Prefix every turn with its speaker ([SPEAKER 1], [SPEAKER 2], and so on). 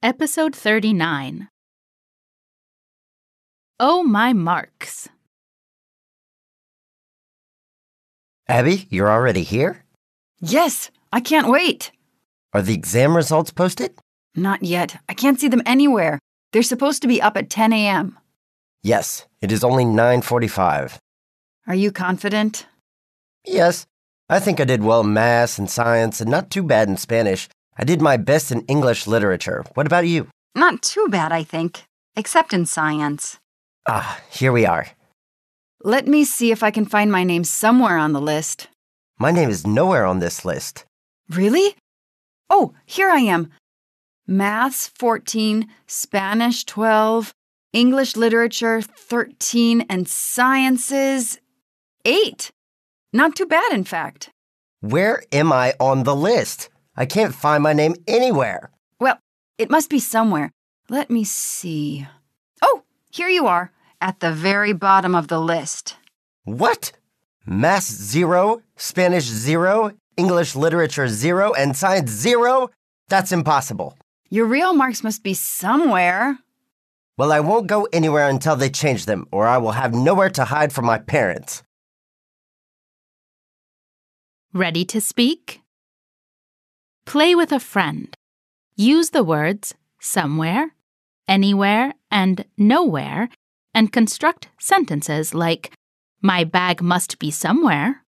[SPEAKER 1] Episode 39. Oh my marks.
[SPEAKER 2] Abby, you're already here?
[SPEAKER 3] Yes, I can't wait.
[SPEAKER 2] Are the exam results posted?
[SPEAKER 3] Not yet. I can't see them anywhere. They're supposed to be up at 10 a.m.
[SPEAKER 2] Yes, it is only 9:45.
[SPEAKER 3] Are you confident?
[SPEAKER 2] Yes, I think I did well in math and science and not too bad in Spanish. I did my best in English literature. What about you?
[SPEAKER 3] Not too bad, I think, except in science.
[SPEAKER 2] Ah, here we are.
[SPEAKER 3] Let me see if I can find my name somewhere on the list.
[SPEAKER 2] My name is nowhere on this list.
[SPEAKER 3] Really? Oh, here I am. Maths 14, Spanish 12, English literature 13, and sciences 8. Not too bad, in fact.
[SPEAKER 2] Where am I on the list? I can't find my name anywhere.
[SPEAKER 3] Well, it must be somewhere. Let me see. Oh, here you are, at the very bottom of the list.
[SPEAKER 2] What? Math 0, Spanish 0, English literature 0 and science 0? That's impossible.
[SPEAKER 3] Your real marks must be somewhere.
[SPEAKER 2] Well, I won't go anywhere until they change them, or I will have nowhere to hide from my parents.
[SPEAKER 1] Ready to speak? Play with a friend. Use the words somewhere, anywhere, and nowhere and construct sentences like My bag must be somewhere.